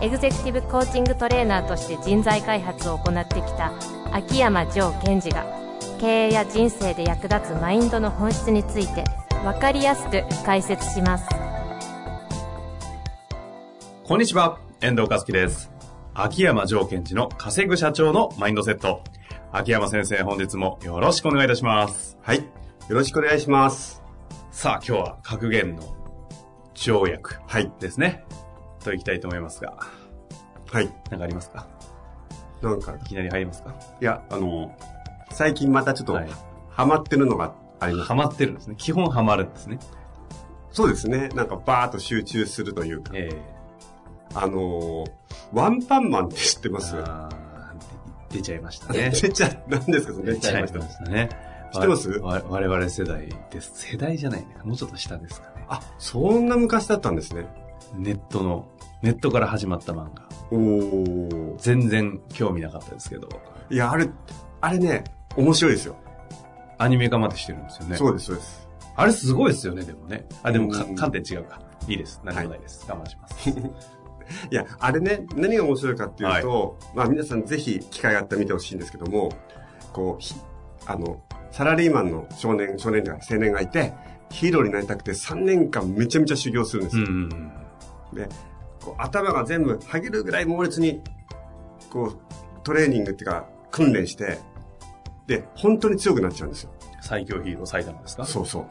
エグゼクティブコーチングトレーナーとして人材開発を行ってきた秋山城賢治が経営や人生で役立つマインドの本質について分かりやすく解説しますこんにちは、遠藤和樹です。秋山条件時の稼ぐ社長のマインドセット。秋山先生、本日もよろしくお願いいたします。はい。よろしくお願いします。さあ、今日は格言の条約はい。ですね。といきたいと思いますが、はい。なんかありますかなんか、いきなり入りますかいや、あの、最近またちょっと、はいハマってるのがあります。ハマってるんですね。基本ハマるんですね。そうですね。なんか、バーッと集中するというか、えあのー、ワンパンマンって知ってえますあーで出ちゃいましたね。 出ちゃ、何ですかそれ出ちゃいました。したね。知ってますわ我々世代です。世代じゃないね。もうちょっと下ですかね。あ、そんな昔だったんですね。ネットの、ネットから始まった漫画。おー。全然興味なかったですけど、いや、あれ、あれね、面白いですよ。アニメ化までしてるんですよね。そうです、そうです。あれすごいですよね、でもね。あ、でもかうん観点違うか。いいです。何もないです。我慢し ます。いや、あれね、何が面白いかっていうと、まあ皆さんぜひ機会があったら見てほしいんですけども、こう、ひあの、サラリーマンの少年、少年じゃない青年がいて、ヒーローになりたくて3年間めちゃめちゃ修行するんですうんよ。うんで、こう頭が全部はげるぐらい猛烈に、こう、トレーニングっていうか、訓練して、で、本当に強くなっちゃうんですよ。最強ヒーロー埼玉ですかそうそう。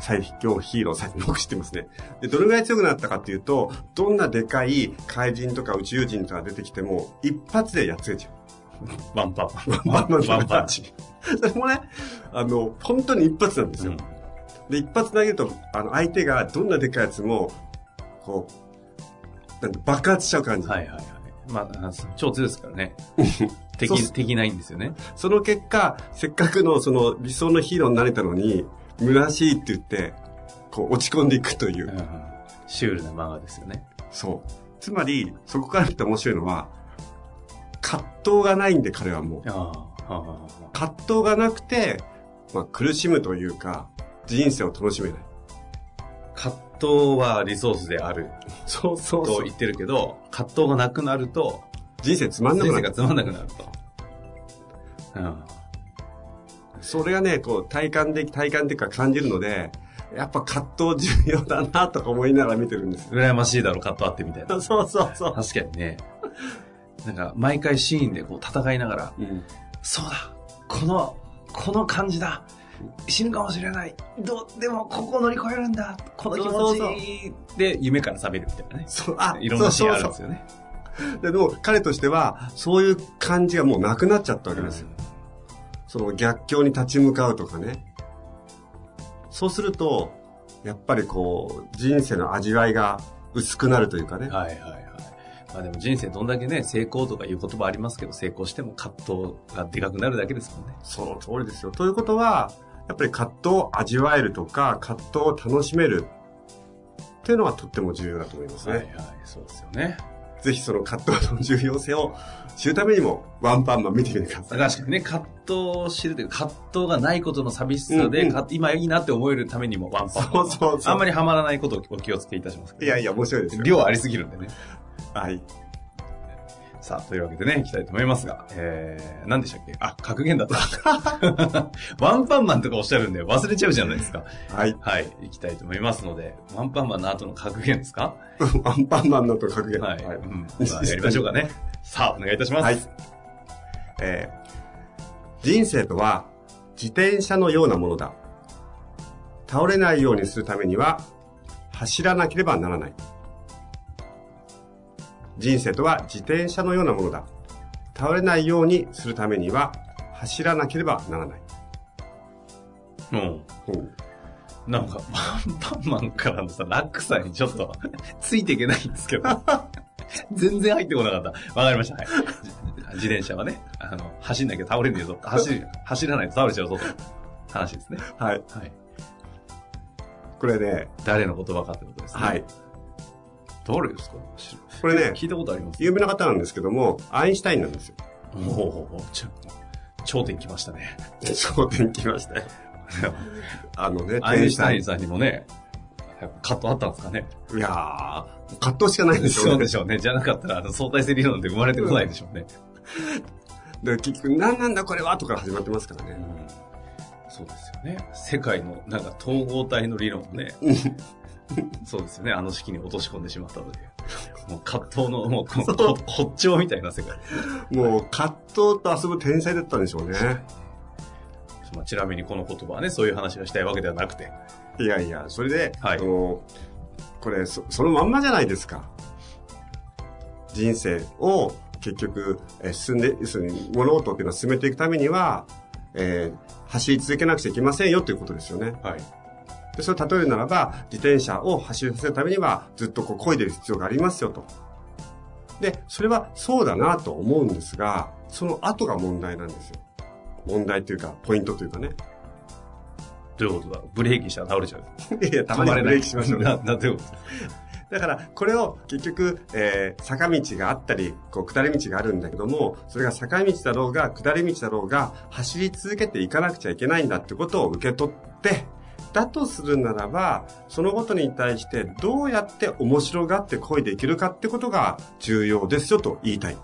最強ヒーロー、最強、よく知ってますね。で、どれぐらい強くなったかっていうと、どんなでかい怪人とか宇宙人とか出てきても、一発でやっつけちゃワンパン。う。ワンパン ワンパンチ。 それもね、あの、本当に一発なんですよ。で、一発投げると、あの、相手がどんなでかいやつも、こう、なんて爆発しちゃう感うんじ。はいはいはい。まああの、超強いですから ね。敵そうっす、敵ないんですよね。その結果、せっかくのその理想のヒーローになれたのに、虚しいって言って、こう落ち込んでいくといううんう。んシュールな漫画ですよね。そう。つまり、そこから見て面白いのは、葛藤がないんで彼はもう。ああ、あ葛藤がなくて、まあ苦しむというか、人生を楽しめない。あ葛藤はリソースであるそうそと言ってるけど、葛藤がなくなると、人生つまんな人く生なが。るつまんなくなると。うんそれがね、こう体感で、体感っていうか感じるので、やっぱ葛藤重要だなとか思いながら見てるんです。羨ましいだろ、カットあってみたいな。そうそうそう。確かにね。なんか、毎回シーンでこう戦いながら、うん、そうだこの、この感じだ死ぬかもしれないどう、でもここを乗り越えるんだこの気持ちそうそうで、夢から覚めるみたいなね。そう、あ、いろんなシーンあるんそですようそうね。そうででも彼としては、そういう感じがもうなくなっちゃったわけですよ。その逆境に立ち向かうとかね。そうすると、やっぱりこう、人生の味わいが薄くなるというかね。はいはいはい。まあでも人生どんだけね、成功とかいう言葉ありますけど、成功しても葛藤がでかくなるだけですもんね。その通りですよ。ということは、やっぱり葛藤を味わえるとか、葛藤を楽しめるっていうのはとっても重要だと思いますね。はいはい、そうですよね。ぜひその葛藤の重要性を知るためにも、ワンパンマン見てみてください。確かにね、葛藤を知るというか、葛藤がないことの寂しさで、うんうんか今いいなって思えるためにもワンパン。そうそうそうあんまりハマらないことをお気をつけいたしますけど。いやいや、面白いですよ。量ありすぎるんでね。はい。さあ、というわけでね、いきたいと思いますが、えー、何でしたっけあ、格言だった。 ワンパンマンとかおっしゃるんで忘れちゃうじゃないですか。はい。はい、いきたいと思いますので、ワンパンマンの後の格言ですかワンパンマンのと格言。はい。 うん。まあやりましょうかね。さあ、お願いいたします。はい。えー人生とは自転車のようなものだ。倒れないようにするためには走らなければならない。人生とは自転車のようなものだ。倒れないようにするためには走らなければならない。うん。うんなんか、ワンパンマンからのさ、ラックさんにちょっ と、ついていけないんですけど。全然入ってこなかった。わかりました。はい。自転車はね、あの、走んなきゃ倒れねえぞ。走る、走らないと倒れちゃうぞ。と話ですね。はい。はい。これね、誰の言葉かってことですね。はい。。誰ですか知これね、聞いたことあります有名な方なんですけども、アインシュタインなんです よ。ほうほうほう。ちょ頂点来ましたね。焦点来ましたよ。 あのね、アインシュタイ天ンさんにもね、やっぱ葛藤あったんですかね。才いやー、葛藤しかないんでしそょううでね。しょうね。じゃなかったら、あの相対性理論って生まれてこないでしょうね。で結局、何なんだこれはとから始まってますからね。そうですよね。世界の、なんか統合体の理論をね、そうですよね。あの式に落とし込んでしまった ので。もう葛藤の、もうこの、こ発潮みたいな世界。もう、葛藤と遊ぶ天才だったんでしょうね。まあ、ちなみにこの言葉はね、そういう話がしたいわけではなくて。いやいや、それで、はいあのこれそ、そのまんまじゃないですか。人生を結局、えー進んで、要するに物事っていうのは進めていくためには、えー走り続けなくちゃいけませんよということですよね。はい。でそれを例えるならば、自転車を走らせるためには、ずっとこう、漕いでる必要がありますよと。で、それはそうだなと思うんですが、その後が問題なんですよ。問題というか、ポイントというかね。 どういうことだブレーキしたら倒れちゃう。いやいや、たまにブレーキしましょうね。な、な、どういうこだから、これを結局、えー坂道があったり、こう、下り道があるんだけども、それが坂道だろうが、下り道だろうが、走り続けていかなくちゃいけないんだってことを受け取って、だとするならば、そのことに対してどうやって面白がって恋できるかってことが重要ですよと言いたい。と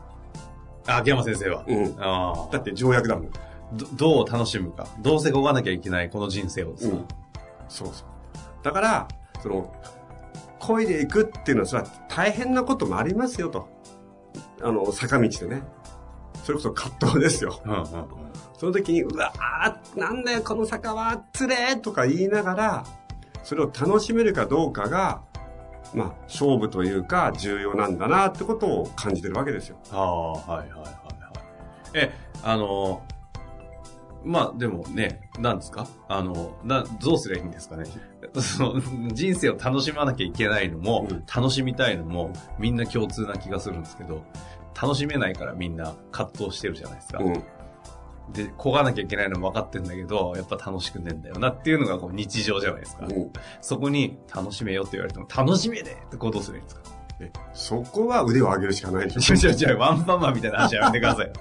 あ、秋山先生は。うん。ああ。だって条約だもん。どどう楽しむか。どうせ動かなきゃいけないこの人生をですねうんそうそう。だから、その、漕いでいくっていうのは、それは大変なこともありますよと。あの、坂道でね。それこそ葛藤ですよ。うんうんうんその時に、うわー、なんだよ、この坂は、つれーとか言いながら、それを楽しめるかどうかが、まあ、勝負というか、重要なんだなってことを感じてるわけですよ。ああ、はいはいはいはい。え、あの、まあでもね、なんですかあの、な、どうすりゃいいんですかねその、人生を楽しまなきゃいけないのも、うん楽しみたいのも、みんな共通な気がするんですけど、楽しめないからみんな葛藤してるじゃないですか。うん。で、焦がなきゃいけないのも分かってんだけど、やっぱ楽しくねえんだよなっていうのがこう日常じゃないですか。うんそこに、楽しめよって言われても、楽しめねえってこうどうするんです かえそこは腕を上げるしかないでしょちょちょちょ、ワンパンマンみたいな話やめてくださいよ。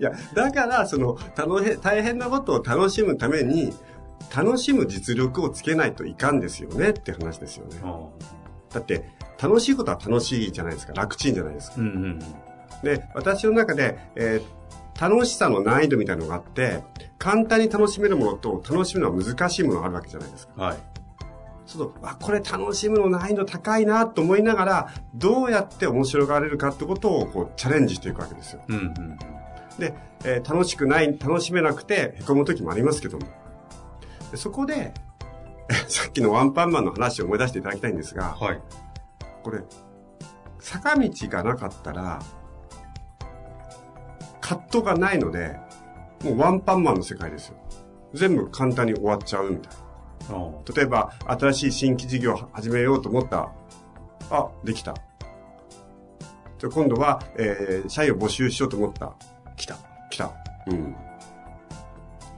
いや、だから、その、楽し大変なことを楽しむために、楽しむ実力をつけないといかんですよねって話ですよね。だって、楽しいことは楽しいじゃないですか。楽ちんじゃないですか。うんうんうん。で、私の中で、えー楽しさの難易度みたいなのがあって、簡単に楽しめるものと楽しむのは難しいものがあるわけじゃないですか。はい。ちょっと、あ、これ楽しむの難易度高いなと思いながら、どうやって面白がれるかってことをこうチャレンジしていくわけですよ。うんうん。で、えー楽しくない、楽しめなくて、へこむ時もありますけども。でそこで、 えさっきのワンパンマンの話を思い出していただきたいんですが、はい。これ、坂道がなかったら、葛藤がないので、もうワンパンマンの世界ですよ。全部簡単に終わっちゃうみたいな。例えば、新しい新規事業を始めようと思った。あ、できた。じゃあ今度は、えー社員を募集しようと思った。来た。来た。うん。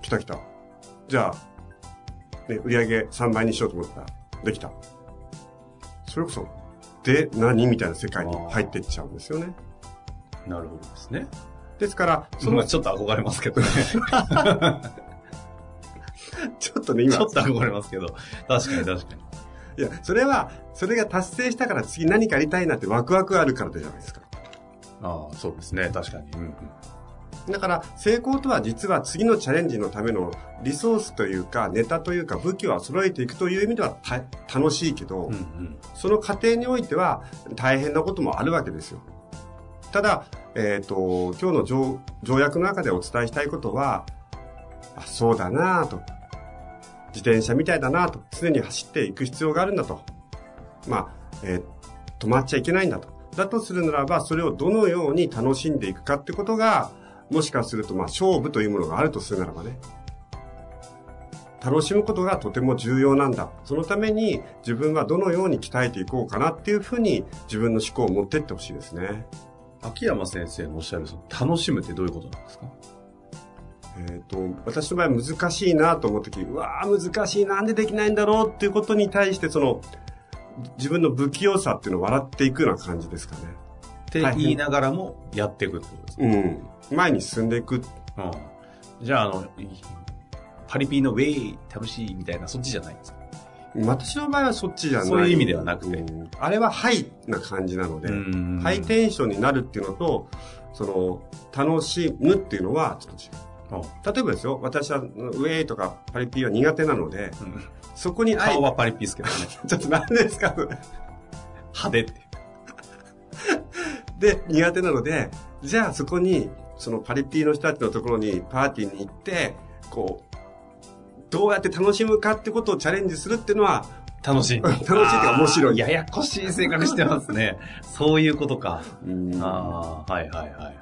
来た来た。じゃあ、ね、売り上げ3倍にしようと思った。できた。それこそ、で、何みたいな世界に入っていっちゃうんですよね。なるほどですね。ですから、そそのの、ちょっと憧れますけ どね。ちょっとね、ちょ今っ、と憧れますけど。確かに確かに。いや、それは、それが達成したから次何かやりたいなってワクワクあるからじゃないですか。ああ、そうですね。確かに。うんうん。だから、成功とは実は次のチャレンジのためのリソースというか、ネタというか、武器を揃えていくという意味ではた楽しいけど、うんうん。その過程においては大変なこともあるわけですよ。ただ、えっ、と、今日の条条約の中でお伝えしたいことは、あそうだなぁと。自転車みたいだなぁと。常に走っていく必要があるんだと。まあ、えー止まっちゃいけないんだと。だとするならば、それをどのように楽しんでいくかってことが、もしかすると、まあ、勝負というものがあるとするならばね。楽しむことがとても重要なんだ。そのために自分はどのように鍛えていこうかなっていうふうに自分の思考を持ってってほしいですね。秋山先生のおっしゃる、その楽しむってどういうことなんですかえっ、と、私の場合難しいなと思った時、うわー難しい、なんでできないんだろうっていうことに対して、その、自分の不器用さっていうのを笑っていくような感じですかね。ってはい言いながらもやっていくってことですね。うん。前に進んでいく。うん。じゃあ、あの、いパリピーのウェイ、楽しいみたいな、そっちじゃないんですか。私の場合はそっちじゃない。そういう意味ではなくてうんあれはハイな感じなので、んハイテンションになるっていうのと、その、楽しむっていうのはちょっと違う。例えばですよ、私はウェイとかパリピは苦手なので、うんそこにあえ顔はパリピですけどね。ちょっと何ですか 派手って。で、苦手なので、じゃあそこに、そのパリピの人たちのところにパーティーに行って、こう、どうやって楽しむかってことをチャレンジするっていうのは、 楽しい。楽しいっていうか面白いあーややこしい性格してますね。そういうことか。うんああ、はいはいはいはい。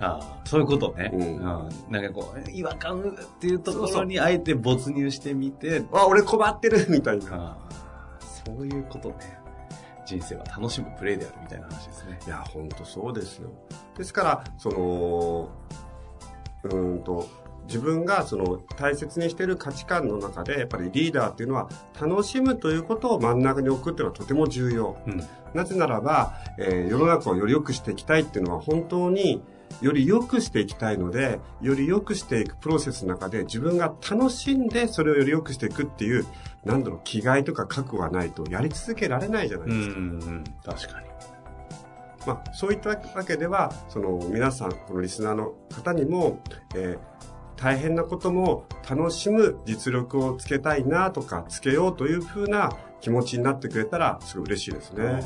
ああ、そういうことね。ううんん。なんかこう、違和感っていうところにあえて没入してみて、あ、俺困ってるみたいな。ああ、そういうことね。人生は楽しむプレイであるみたいな話ですね。いや、ほんとそうですよ。ですから、その、うーんと、自分がその大切にしている価値観の中で、やっぱりリーダーっていうのは、楽しむということを真ん中に置くっていうのはとても重要。うん。なぜならば、えー世の中をより良くしていきたいっていうのは本当により良くしていきたいので、より良くしていくプロセスの中で自分が楽しんでそれをより良くしていくっていう、なんだろう、気概とか覚悟がないとやり続けられないじゃないうんうんですか。うん、確かに。まあ、そういったわけでは、その皆さん、このリスナーの方にも、えー大変なことも楽しむ実力をつけたいなとか、つけようというふうな気持ちになってくれたら、すごい嬉しいですね。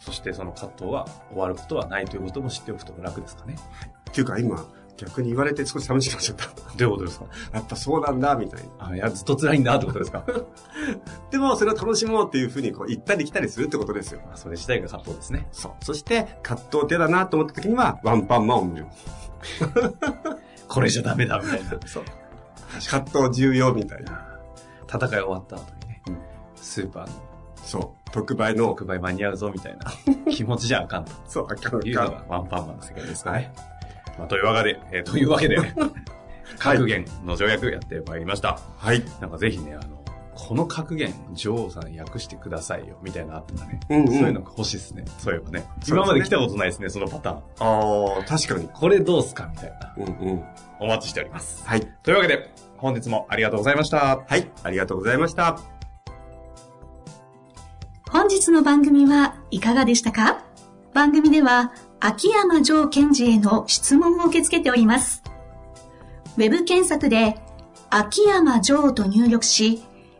そしてその葛藤は終わることはないということも知っておくと楽ですかね。っていうか今、逆に言われて少し寂しくなっちゃった。 どういうことですかやっぱそうなんだ、みたいな。あいや、ずっと辛いんだってこと ですかでも、それを楽しもうっていうふうに、こう、行ったり来たりするってことですよ。まあそれ自体が葛藤ですね。そう。そして、葛藤手だなと思った時には、ワンパンマンを見る。これじゃダメだみたいな。 そう。葛藤重要みたいな。戦い終わった後にね、うんスーパーのそう。特売の、特売間に合うぞみたいな 気持ちじゃあかんとそう、あかんいうのかがワンパンマンの世界ですかね。まあ、というわけで、えーというわけ で、格言の条約やってまいりました。ん。はい。なんかぜひね、あの、この格言、女王さん訳してくださいよ、みたいなのあったらね、うんうんそういうのが欲しいですね。そういえばね。すね今まで来たことないですね、そのパターン。ああ、確かに。これどうすかみたいな。うんうん。お待ちしております。はい。というわけで、本日もありがとうございました。はい。ありがとうございました。本日の番組はいかがでしたか番組では秋山城賢治への質問を受け付けております。ウェブ検索で秋山城と入力し、